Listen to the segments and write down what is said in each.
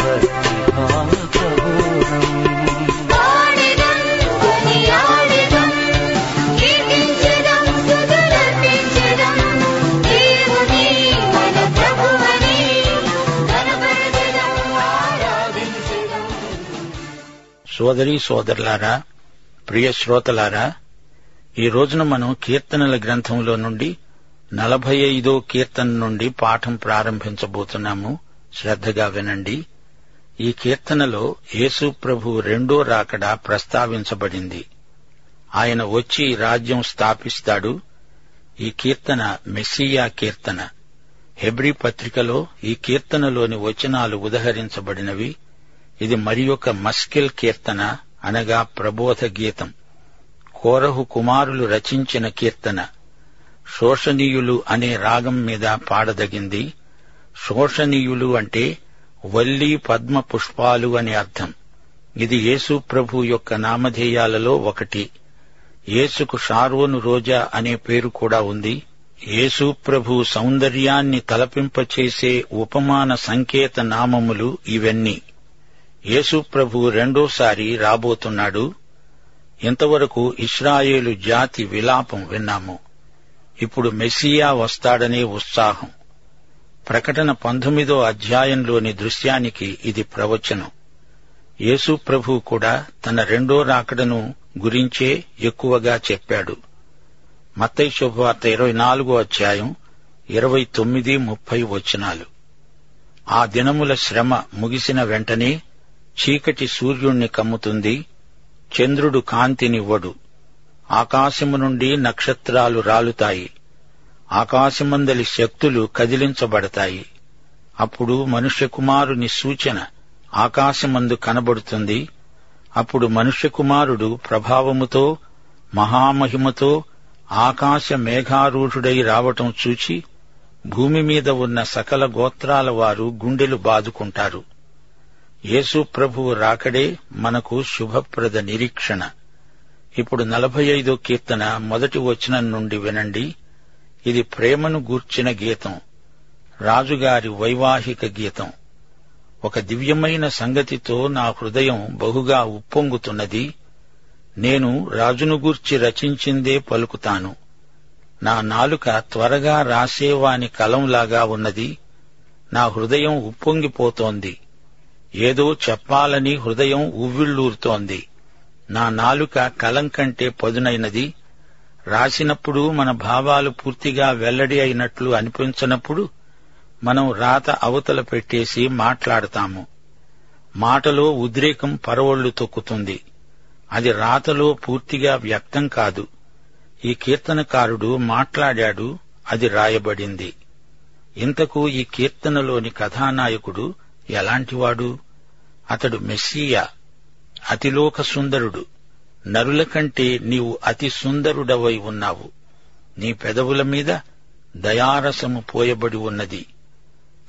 భక్తిభావబోధం సోదరి సోదరులారా ప్రియ శ్రోతలారా ఈ రోజున మనం కీర్తనల గ్రంథంలో నుండి నలభై ఐదో కీర్తన నుండి పాఠం ప్రారంభించబోతున్నాము శ్రద్ధగా వినండి ఈ కీర్తనలో యేసు ప్రభు రెండో రాకడ ప్రస్తావించబడింది ఆయన వచ్చి రాజ్యం స్థాపిస్తాడు ఈ కీర్తన మెస్సియా కీర్తన హెబ్రీ పత్రికలో ఈ కీర్తనలోని వచనాలు ఉదహరించబడినవి ఇది మరియొక మస్కిల్ కీర్తన అనగా ప్రబోధ గీతం కోరహు కుమారులు రచించిన కీర్తన శోషనీయులు అనే రాగం మీద పాడదగింది శోషనీయులు అంటే వల్లి పద్మ పుష్పాలు అని అర్థం ఇది యేసు ప్రభు యొక్క నామధేయాలలో ఒకటి యేసుకు షారోను రోజా అనే పేరు కూడా ఉంది యేసు ప్రభు సౌందర్యాన్ని తలపింపచేసే ఉపమాన సంకేత నామములు ఇవన్నీ యేసు ప్రభు రెండోసారి రాబోతున్నాడు ఇంతవరకు ఇస్రాయేలు జాతి విలాపం విన్నాము ఇప్పుడు మెస్సియా వస్తాడనే ఉత్సాహం ప్రకటన పంతొమ్మిదో అధ్యాయంలోని దృశ్యానికి ఇది ప్రవచనం యేసు ప్రభు కూడా తన రెండో రాకడను గురించే ఎక్కువగా చెప్పాడు మత్తయి శుభవార్త ఇరవై నాలుగో అధ్యాయం ఇరవై తొమ్మిది ముప్పై వచనాలు ఆ దినముల శ్రమ ముగిసిన వెంటనే చీకటి సూర్యుణ్ణి కమ్ముతుంది చంద్రుడు కాంతినివ్వడు ఆకాశము నుండి నక్షత్రాలు రాలుతాయి ఆకాశమందలి శక్తులు కదిలించబడతాయి అప్పుడు మనుష్య కుమారుని సూచన ఆకాశమందు కనబడుతుంది అప్పుడు మనుష్య కుమారుడు ప్రభావముతో మహామహిమతో ఆకాశ మేఘారూఢుడై రావటం చూచి భూమి మీద ఉన్న సకల గోత్రాల వారు గుండెలు బాదుకుంటారు యేసు ప్రభువు రాకడే మనకు శుభప్రద నిరీక్షణ ఇప్పుడు నలభై ఐదో కీర్తన మొదటి వచనం నుండి వినండి ఇది ప్రేమను గూర్చిన గీతం రాజుగారి వైవాహిక గీతం ఒక దివ్యమైన సంగతితో నా హృదయం బహుగా ఉప్పొంగుతున్నది నేను రాజును గూర్చి రచించిందే పలుకుతాను నా నాలుక త్వరగా రాసేవాని కలంలాగా ఉన్నది నా హృదయం ఉప్పొంగిపోతోంది ఏదో చెప్పాలని హృదయం ఉవ్విళ్ళూరుతోంది నా నాలుక కలం కంటే పదునైనది రాసినప్పుడు మన భావాలు పూర్తిగా వెల్లడి అయినట్లు అనిపించనప్పుడు మనం రాత అవతల పెట్టేసి మాట్లాడతాము మాటలో ఉద్రేకం పరవళ్లు తొక్కుతుంది అది రాతలో పూర్తిగా వ్యక్తం కాదు ఈ కీర్తనకారుడు మాట్లాడాడు అది రాయబడింది ఇంతకు ఈ కీర్తనలోని కథానాయకుడు ఎలాంటివాడు అతడు మెస్సియా అతిలోక సుందరుడు నరుల కంటే నీవు అతి సుందరుడవై ఉన్నావు నీ పెదవుల మీద దయారసము పోయబడి ఉన్నది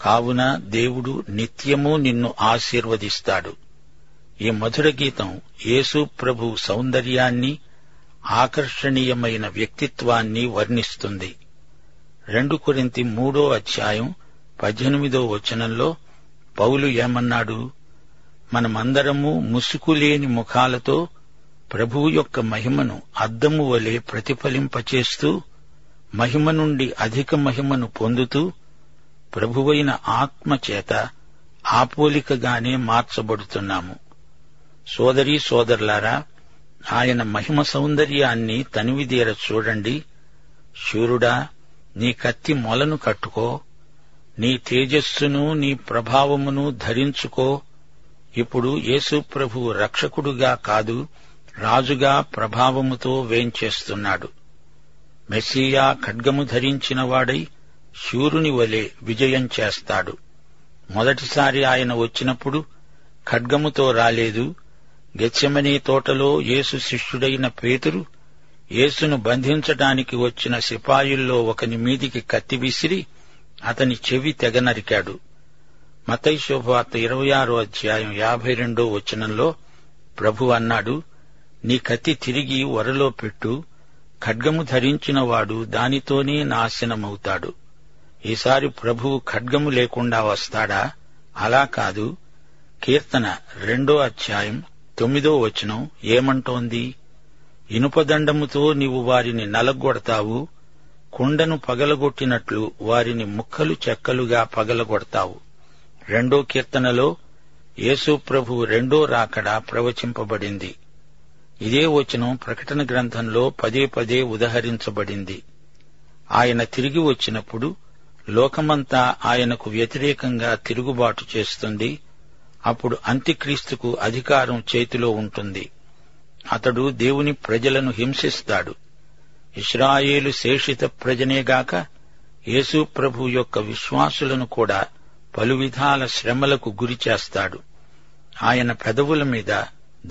కావున దేవుడు నిత్యము నిన్ను ఆశీర్వదిస్తాడు ఈ మధుర గీతం యేసు ప్రభు సౌందర్యాన్ని ఆకర్షణీయమైన వ్యక్తిత్వాన్ని వర్ణిస్తుంది రెండు కొరింతి మూడో అధ్యాయం పద్దెనిమిదో వచనంలో పౌలు ఏమన్నాడు మనమందరము ముసుకులేని ముఖాలతో ప్రభువు యొక్క మహిమను అద్దము వలె ప్రతిఫలింపచేస్తూ మహిమ నుండి అధిక మహిమను పొందుతూ ప్రభువైన ఆత్మ చేత ఆపోలికగానే మార్చబడుతున్నాము సోదరీ సోదరులారా ఆయన మహిమ సౌందర్యాన్ని తనివిదీర చూడండి శూరుడా నీ కత్తి మొలను కట్టుకో నీ తేజస్సును నీ ప్రభావమును ధరించుకో ఇప్పుడు యేసు ప్రభువు రక్షకుడుగా కాదు రాజుగా ప్రభావముతో వేంచేస్తున్నాడు మెస్సియా ఖడ్గము ధరించినవాడై శూరుని వలె విజయం చేస్తాడు మొదటిసారి ఆయన వచ్చినప్పుడు ఖడ్గముతో రాలేదు గెచ్చమనే తోటలో యేసు శిష్యుడైన పేతురు యేసును బంధించటానికి వచ్చిన సిపాయిల్లో ఒకని మీదికి కత్తి విసిరి అతని చెవి తెగనరికాడు మతయి శుభవార్త ఇరవై ఆరో అధ్యాయం యాభై రెండో వచనంలో ప్రభు అన్నాడు నీ కత్తి తిరిగి వరలో పెట్టు ఖడ్గము ధరించిన వాడు దానితోనే నాశనమవుతాడు ఈసారి ప్రభువు ఖడ్గము లేకుండా వస్తాడా అలా కాదు కీర్తన రెండో అధ్యాయం తొమ్మిదో వచనం ఏమంటోంది ఇనుపదండముతో నీవు వారిని నలగొడతావు కుండను పగలగొట్టినట్లు వారిని ముక్కలు చెక్కలుగా పగలగొడతావు రెండో కీర్తనలో యేసు ప్రభువు రెండో రాకడ ప్రవచింపబడింది ఇదే వచనం ప్రకటన గ్రంథంలో పదే పదే ఉదహరించబడింది ఆయన తిరిగి వచ్చినప్పుడు లోకమంతా ఆయనకు వ్యతిరేకంగా తిరుగుబాటు చేస్తుంది అప్పుడు అంత్యక్రీస్తుకు అధికారం చేతిలో ఉంటుంది అతడు దేవుని ప్రజలను హింసిస్తాడు ఇస్రాయేలు శేషిత ప్రజనేగాక యేసు ప్రభు యొక్క విశ్వాసులను కూడా పలు విధాల శ్రమలకు గురి చేస్తాడు ఆయన పెదవుల మీద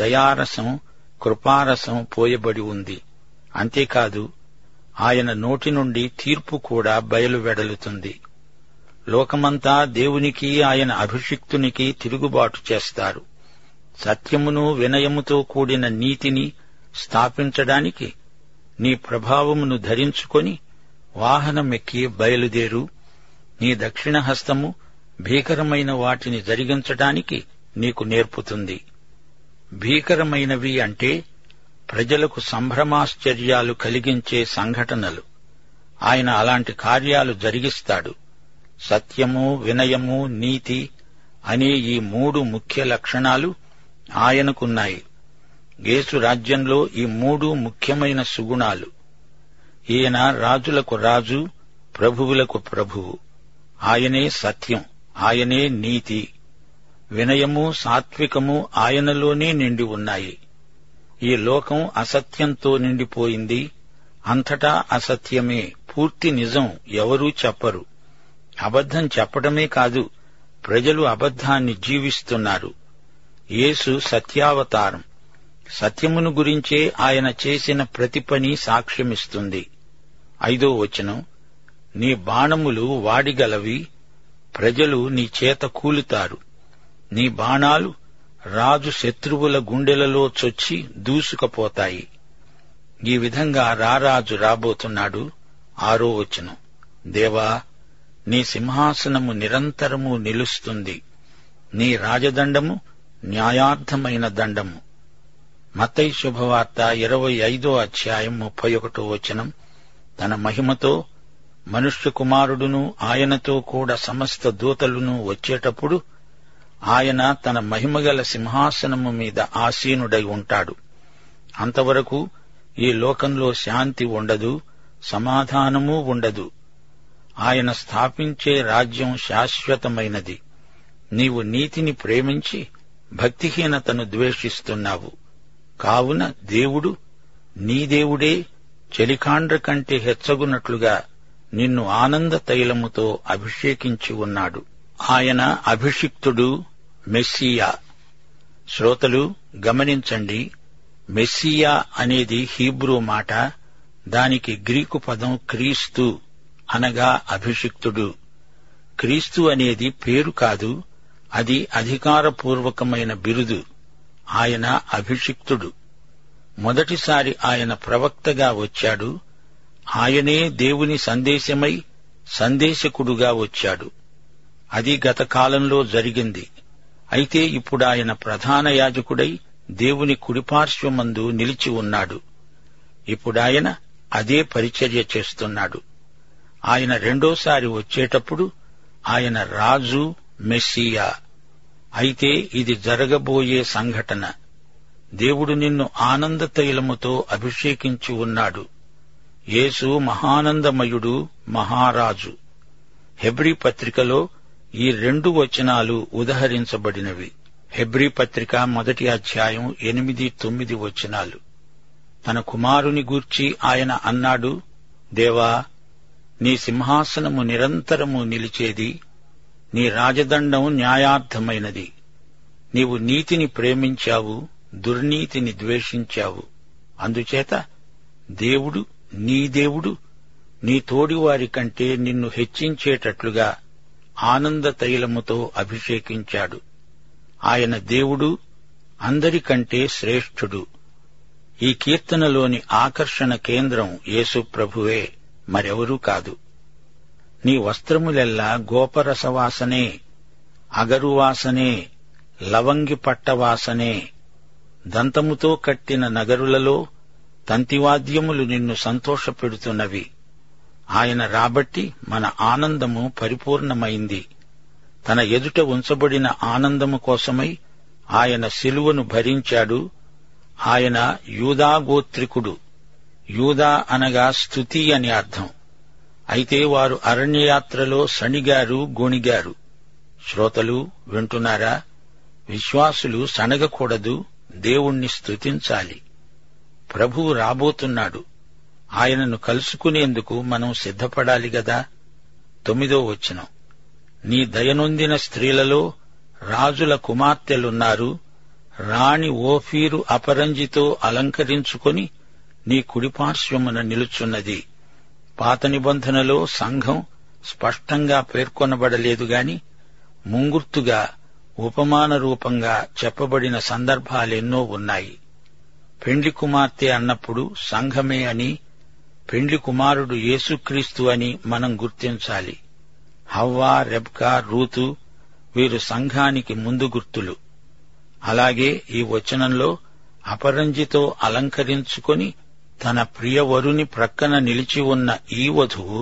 దయారసం కృపారసం పోయబడి ఉంది అంతేకాదు ఆయన నోటి నుండి తీర్పు కూడా బయలువెడలుతుంది లోకమంతా దేవునికి ఆయన అభిషిక్తునికి తిరుగుబాటు చేస్తారు సత్యమును వినయముతో కూడిన నీతిని స్థాపించడానికి నీ ప్రభావమును ధరించుకొని వాహనమెక్కి బయలుదేరు నీ దక్షిణ హస్తము భీకరమైన వాటిని జరిగించడానికి నీకు నేర్పుతుంది భీకరమైనవి అంటే ప్రజలకు సంభ్రమాశ్చర్యాలు కలిగించే సంఘటనలు ఆయన అలాంటి కార్యాలు జరిగిస్తాడు సత్యము వినయము నీతి అనే ఈ మూడు ముఖ్య లక్షణాలు ఆయనకున్నాయి యేసు రాజ్యంలో ఈ మూడు ముఖ్యమైన సుగుణాలు ఈయన రాజులకు రాజు ప్రభువులకు ప్రభువు ఆయనే సత్యం ఆయనే నీతి వినయము సాత్వికము ఆయనలోనే నిండి ఉన్నాయి ఈ లోకం అసత్యంతో నిండిపోయింది అంతటా అసత్యమే పూర్తి నిజం ఎవరూ చెప్పరు అబద్ధం చెప్పడమే కాదు ప్రజలు అబద్ధాన్ని జీవిస్తున్నారు యేసు సత్యావతారం సత్యమును గురించే ఆయన చేసిన ప్రతి పని సాక్ష్యమిస్తుంది ఐదో వచనం నీ బాణములు వాడిగలవి ప్రజలు నీ చేత కూలుతారు నీ బాణాలు రాజు శత్రువుల గుండెలలో చొచ్చి దూసుకుపోతాయి ఈ విధంగా రారాజు రాబోతున్నాడు ఆరో వచనం దేవా నీ సింహాసనము నిరంతరము నిలుస్తుంది నీ రాజదండము న్యాయార్థమైన దండము మతై శుభవార్త ఇరవై ఐదో అధ్యాయం ముప్పై ఒకటో వచనం తన మహిమతో మనుష్య కుమారుడును ఆయనతో కూడా సమస్త దూతలును వచ్చేటప్పుడు ఆయన తన మహిమగల సింహాసనము మీద ఆసీనుడై ఉంటాడు అంతవరకు ఈ లోకంలో శాంతి ఉండదు సమాధానము ఉండదు ఆయన స్థాపించే రాజ్యం శాశ్వతమైనది నీవు నీతిని ప్రేమించి భక్తిహీనతను ద్వేషిస్తున్నావు కావున దేవుడు నీ దేవుడే చలికాండ్ర కంటే హెచ్చగునట్లుగా నిన్ను ఆనంద తైలముతో అభిషేకించి ఉన్నాడు ఆయన అభిషిక్తుడు మెస్సియా శ్రోతలు గమనించండి మెస్సియా అనేది హీబ్రూ మాట దానికి గ్రీకు పదం క్రీస్తు అనగా అభిషిక్తుడు క్రీస్తు అనేది పేరు కాదు అది అధికారపూర్వకమైన బిరుదు ఆయన అభిషిక్తుడు మొదటిసారి ఆయన ప్రవక్తగా వచ్చాడు ఆయనే దేవుని సందేశమై సందేశకుడుగా వచ్చాడు అది గత కాలంలో జరిగింది అయితే ఇప్పుడు ఆయన ప్రధాన యాజకుడై దేవుని కుడిపార్శ్వమందు నిలిచి ఉన్నాడు ఇప్పుడాయన అదే పరిచర్య చేస్తున్నాడు ఆయన రెండోసారి వచ్చేటప్పుడు ఆయన రాజు మెస్సియా అయితే ఇది జరగబోయే సంఘటన దేవుడు నిన్ను ఆనంద తైలముతో అభిషేకించి ఉన్నాడు యేసు మహానందమయుడు మహారాజు హెబ్రీ పత్రికలో ఈ రెండు వచనాలు ఉదహరించబడినవి హెబ్రీ పత్రిక మొదటి అధ్యాయం ఎనిమిది తొమ్మిది వచనాలు తన కుమారుని గూర్చి ఆయన అన్నాడు దేవా నీ సింహాసనము నిరంతరము నిలిచేది నీ రాజదండం న్యాయార్థమైనది నీవు నీతిని ప్రేమించావు దుర్నీతిని ద్వేషించావు అందుచేత దేవుడు నీ దేవుడు నీ తోడివారి కంటే నిన్ను హెచ్చించేటట్లుగా ఆనంద తైలముతో అభిషేకించాడు ఆయన దేవుడు అందరికంటే శ్రేష్ఠుడు ఈ కీర్తనలోని ఆకర్షణ కేంద్రం యేసు ప్రభువే మరెవరూ కాదు నీ వస్త్రములెల్లా గోపరసవాసనే అగరువాసనే లవంగి పట్టవాసనే దంతముతో కట్టిన నగరులలో తంతివాద్యములు నిన్ను సంతోషపెడుతున్నవి ఆయన రాబట్టి మన ఆనందము పరిపూర్ణమైంది తన ఎదుట ఉంచబడిన ఆనందము కోసమై ఆయన శిలువను భరించాడు ఆయన యూదా గోత్రికుడు యూదా అనగా స్థుతి అని అర్థం అయితే వారు అరణ్యయాత్రలో సణిగారు గొణిగారు శ్రోతలు వింటున్నారా విశ్వాసులు సణగకూడదు దేవుణ్ణి స్తుతించాలి ప్రభువు రాబోతున్నాడు ఆయనను కలుసుకునేందుకు మనం సిద్ధపడాలి గదా తొమ్మిదో వచనం నీ దయనొందిన స్త్రీలలో రాజుల కుమార్తెలున్నారు రాణి ఓఫీరు అపరంజితో అలంకరించుకొని నీ కుడిపార్శ్వమున నిలుచున్నది పాత నిబంధనలో సంఘం స్పష్టంగా పేర్కొనబడలేదు గాని ముంగుర్తుగా ఉపమాన రూపంగా చెప్పబడిన సందర్భాలెన్నో ఉన్నాయి పెండ్లి కుమార్తె అన్నప్పుడు సంఘమే అని పెండ్లి కుమారుడు యేసుక్రీస్తు అని మనం గుర్తించాలి హవ్వ రెబ్కా రూతు వీరు సంఘానికి ముందు గుర్తులు అలాగే ఈ వచనంలో అపరంజితో అలంకరించుకొని తన ప్రియవరుని ప్రక్కన నిలిచి ఉన్న ఈ వధువు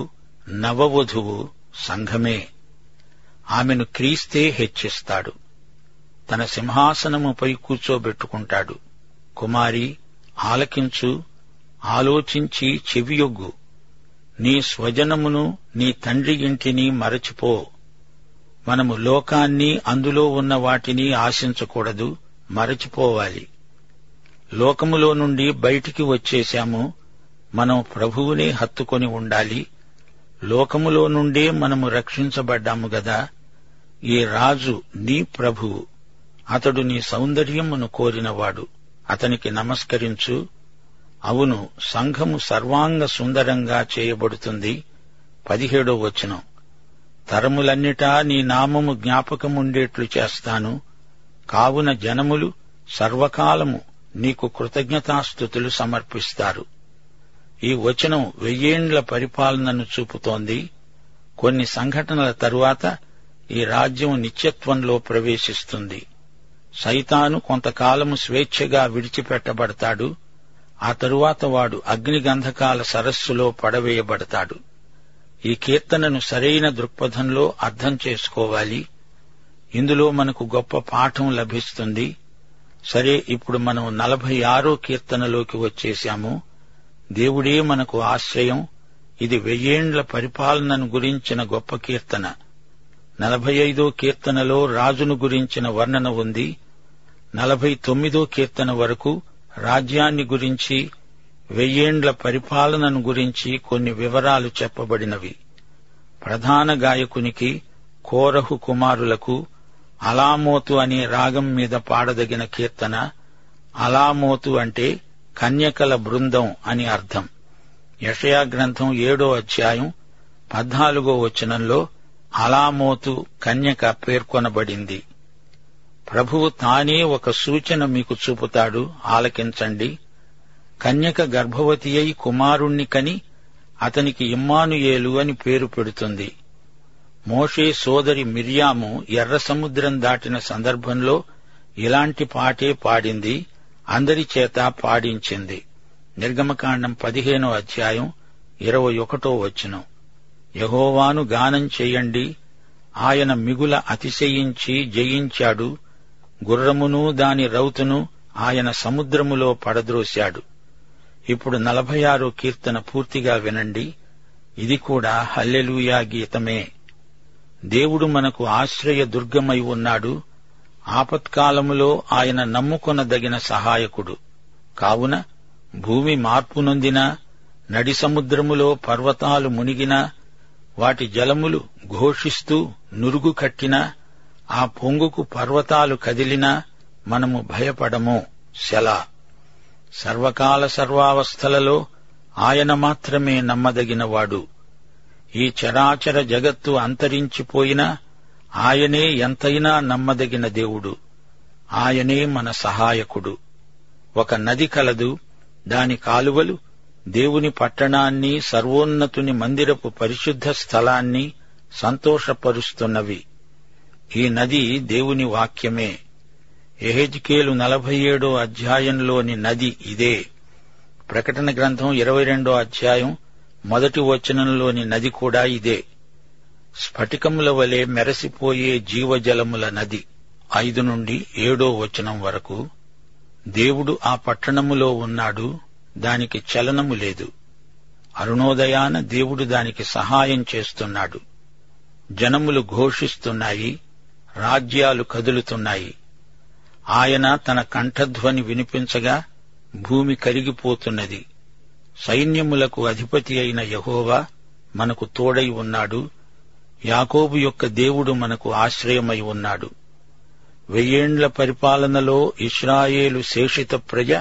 నవవధువు సంఘమే ఆమెను క్రీస్తే హెచ్చిస్తాడు తన సింహాసనముపై కూర్చోబెట్టుకుంటాడు కుమారి ఆలకించు ఆలోచించి చెవియొగ్గు నీ స్వజనమును నీ తండ్రి ఇంటిని మరచిపో మనము లోకాన్ని అందులో ఉన్న వాటిని ఆశించకూడదు మరచిపోవాలి లోకములో నుండి బయటికి వచ్చేశాము మనం ప్రభువునే హత్తుకొని ఉండాలి లోకములో నుండే మనము రక్షించబడ్డాము గదా ఈ రాజు నీ ప్రభువు అతడు నీ సౌందర్యమును కోరినవాడు అతనికి నమస్కరించు అవును సంఘము సర్వాంగ సుందరంగా చేయబడుతుంది పదిహేడో వచనం తరములన్నిటా నీ నామము జ్ఞాపకముండేట్లు చేస్తాను కావున జనములు సర్వకాలము నీకు కృతజ్ఞతాస్థుతులు సమర్పిస్తారు ఈ వచనం వెయ్యేండ్ల పరిపాలనను చూపుతోంది కొన్ని సంఘటనల తరువాత ఈ రాజ్యం నిత్యత్వంలో ప్రవేశిస్తుంది సైతాను కొంతకాలము స్వేచ్ఛగా విడిచిపెట్టబడతాడు ఆ తరువాత వాడు అగ్నిగంధకాల సరస్సులో పడవేయబడతాడు ఈ కీర్తనను సరైన దృక్పథంలో అర్థం చేసుకోవాలి ఇందులో మనకు గొప్ప పాఠం లభిస్తుంది సరే ఇప్పుడు మనం నలభై ఆరో కీర్తనలోకి వచ్చేశాము దేవుడే మనకు ఆశ్రయం ఇది వెయ్యేండ్ల పరిపాలనను గురించిన గొప్ప కీర్తన నలభై ఐదో కీర్తనలో రాజును గురించిన వర్ణన ఉంది నలభై తొమ్మిదో కీర్తన వరకు రాజ్యాన్ని గురించి వెయ్యేండ్ల పరిపాలనను గురించి కొన్ని వివరాలు చెప్పబడినవి ప్రధాన గాయకునికి కోరహు కుమారులకు అలామోతు అనే రాగం మీద పాడదగిన కీర్తన అలామోతు అంటే కన్యకల బృందం అని అర్థం యషయా గ్రంథం ఏడో అధ్యాయం పద్నాలుగో వచనంలో అలామోతు కన్యక పేర్కొనబడింది ప్రభువు తానే ఒక సూచన మీకు చూపుతాడు ఆలకించండి కన్యక గర్భవతి అయి కుమారుణ్ణి కని అతనికి ఇమ్మానుయేలు అని పేరు పెడుతుంది మోషే సోదరి మిర్యాము ఎర్ర సముద్రం దాటిన సందర్భంలో ఇలాంటి పాటే పాడింది అందరి చేత పాడించింది నిర్గమకాండం పదిహేనో అధ్యాయం ఇరవై ఒకటో వచనం యహోవాను గానం చేయండి ఆయన మిగుల అతిశయించి జయించాడు గుర్రమును దాని రౌతును ఆయన సముద్రములో పడద్రోశాడు ఇప్పుడు నలభై ఆరో కీర్తన పూర్తిగా వినండి ఇది కూడా హల్లెలూయా గీతమే దేవుడు మనకు ఆశ్రయ దుర్గమై ఉన్నాడు ఆపత్కాలములో ఆయన నమ్ముకొనదగిన సహాయకుడు కావున భూమి మార్పు నొందినా నడి సముద్రములో పర్వతాలు మునిగినా వాటి జలములు ఘోషిస్తూ నురుగు కట్టినా ఆ పొంగుకు పర్వతాలు కదిలినా మనము భయపడము శలా సర్వకాల సర్వావస్థలలో ఆయన మాత్రమే నమ్మదగినవాడు ఈ చరాచర జగత్తు అంతరించిపోయినా ఆయనే ఎంతైనా నమ్మదగిన దేవుడు ఆయనే మన సహాయకుడు ఒక నది కలదు దాని కాలువలు దేవుని పట్టణాన్ని సర్వోన్నతుని మందిరపు పరిశుద్ధ స్థలాన్ని సంతోషపరుస్తున్నవి ఈ నది దేవుని వాక్యమే ఎహెజ్కేలు నలభై ఏడో అధ్యాయంలోని నది ఇదే ప్రకటన గ్రంథం ఇరవై రెండో అధ్యాయం మొదటి వచనంలోని నది కూడా ఇదే స్ఫటికముల వలె మెరసిపోయే జీవజలముల నది ఐదు నుండి ఏడో వచనం వరకు దేవుడు ఆ పట్టణములో ఉన్నాడు దానికి చలనము లేదు అరుణోదయాన దేవుడు దానికి సహాయం చేస్తున్నాడు జనములు ఘోషిస్తున్నాయి రాజ్యాలు కదులుతున్నాయి ఆయన తన కంఠధ్వని వినిపించగా భూమి కరిగిపోతున్నది సైన్యములకు అధిపతి అయిన యహోవా మనకు తోడై ఉన్నాడు యాకోబు యొక్క దేవుడు మనకు ఆశ్రయమై ఉన్నాడు వెయ్యేండ్ల పరిపాలనలో ఇస్రాయేలు శేషిత ప్రజ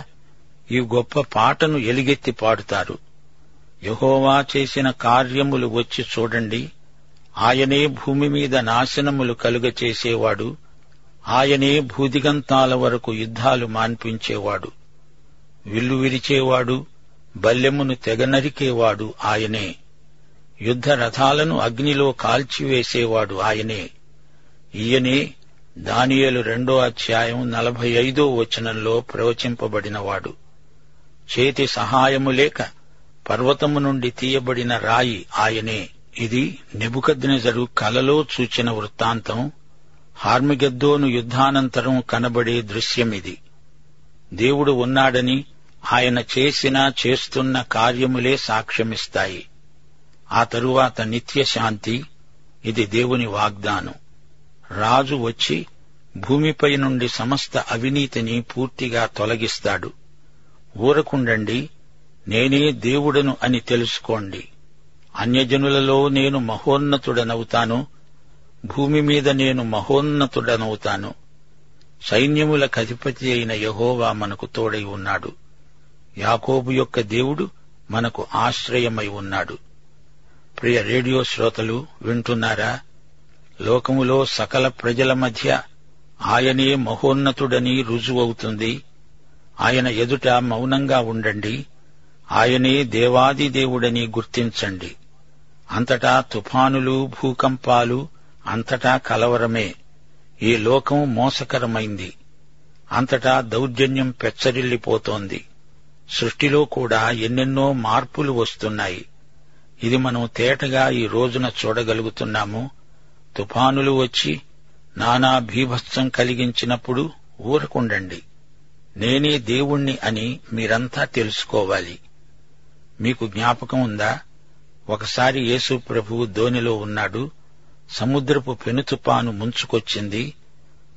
ఈ గొప్ప పాటను ఎలిగెత్తి పాడుతారు యహోవా చేసిన కార్యములు వచ్చి చూడండి ఆయనే భూమి మీద నాశనములు కలుగచేసేవాడు ఆయనే భూదిగంతాల వరకు యుద్ధాలు మాన్పించేవాడు విల్లు విరిచేవాడు బల్లెమును తెగనరికేవాడు ఆయనే యుద్ధ రథాలను అగ్నిలో కాల్చివేసేవాడు ఆయనే ఈయనే దానియేలు రెండో అధ్యాయం నలభై ఐదో వచనంలో ప్రవచింపబడినవాడు చేతి సహాయము లేక పర్వతము నుండి తీయబడిన రాయి ఆయనే ఇది నెబుకద్నెజరు కలలో చూచిన వృత్తాంతం హార్మిగద్దోను యుద్ధానంతరం కనబడే దృశ్యమిది దేవుడు ఉన్నాడని ఆయన చేసిన చేస్తున్న కార్యములే సాక్ష్యమిస్తాయి ఆ తరువాత నిత్య శాంతి ఇది దేవుని వాగ్దానం రాజు వచ్చి భూమిపై నుండి సమస్త అవినీతిని పూర్తిగా తొలగిస్తాడు ఊరకుండండి నేనే దేవుడను అని తెలుసుకోండి అన్యజనులలో నేను మహోన్నతుడనవుతాను భూమి మీద నేను మహోన్నతుడనవుతాను సైన్యముల అధిపతి అయిన యహోవా మనకు తోడై ఉన్నాడు యాకోబు యొక్క దేవుడు మనకు ఆశ్రయమై ఉన్నాడు ప్రియ రేడియో శ్రోతలు వింటున్నారా లోకములో సకల ప్రజల మధ్య ఆయనే మహోన్నతుడని రుజువవుతుంది ఆయన ఎదుట మౌనంగా ఉండండి ఆయనే దేవాది దేవుడని గుర్తించండి అంతటా తుఫానులు భూకంపాలు అంతటా కలవరమే ఈ లోకం మోసకరమైంది అంతటా దౌర్జన్యం పెచ్చరిల్లిపోతోంది సృష్టిలో కూడా ఎన్నెన్నో మార్పులు వస్తున్నాయి ఇది మనం తేటగా ఈ రోజున చూడగలుగుతున్నాము తుఫానులు వచ్చి నానా భీభత్సం కలిగించినప్పుడు ఊరకుండండి నేనే దేవుణ్ణి అని మీరంతా తెలుసుకోవాలి మీకు జ్ఞాపకం ఉందా ఒకసారి యేసు ప్రభువు దోణిలో ఉన్నాడు సముద్రపు పెనుతుపాను ముంచుకొచ్చింది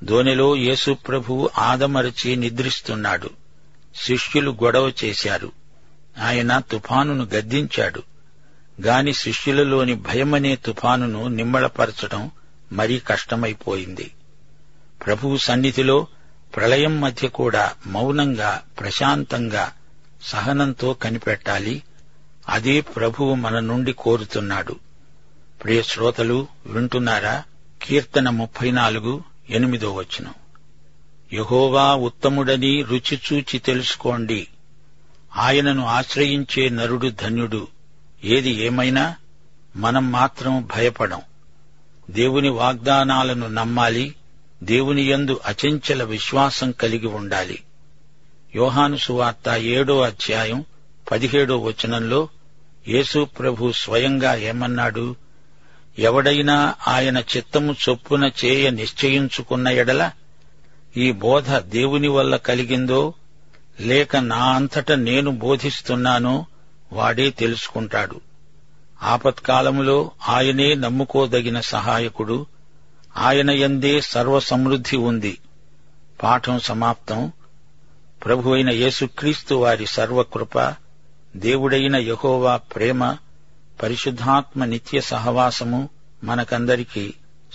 దోణిలో యేసు ప్రభువు ఆదమరచి నిద్రిస్తున్నాడు శిష్యులు గొడవ చేశారు ఆయన తుఫానును గద్దించాడు గాని శిష్యులలోని భయమనే తుఫానును నిమ్మళపరచడం మరీ కష్టమైపోయింది ప్రభువు సన్నిధిలో ప్రళయం మధ్య కూడా మౌనంగా ప్రశాంతంగా సహనంతో కనిపెట్టాలి అదే ప్రభువు మన నుండి కోరుతున్నాడు ప్రియ శ్రోతలు వింటున్నారా కీర్తన ముప్పై నాలుగు ఎనిమిదో వచనం యహోవా ఉత్తముడని రుచిచూచి తెలుసుకోండి ఆయనను ఆశ్రయించే నరుడు ధన్యుడు ఏది ఏమైనా మనం మాత్రం భయపడం దేవుని వాగ్దానాలను నమ్మాలి దేవుని యందు అచంచల విశ్వాసం కలిగి ఉండాలి యోహాను సువార్త ఏడో అధ్యాయం పదిహేడో వచనంలో యేసు ప్రభు స్వయంగా ఏమన్నాడు ఎవడైనా ఆయన చిత్తము చొప్పున చేయ నిశ్చయించుకున్న ఎడల ఈ బోధ దేవుని వల్ల కలిగిందో లేక నా అంతట నేను బోధిస్తున్నానో వాడే తెలుసుకుంటాడు ఆపత్కాలములో ఆయనే నమ్ముకోదగిన సహాయకుడు ఆయన యందే సర్వసమృద్ధి ఉంది పాఠం సమాప్తం ప్రభు అయిన యేసుక్రీస్తు వారి సర్వకృప దేవుడైన యహోవా ప్రేమ పరిశుద్ధాత్మ నిత్య సహవాసము మనకందరికీ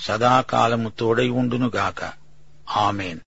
సదాకాలము తోడై ఉండునుగాక ఆమెన్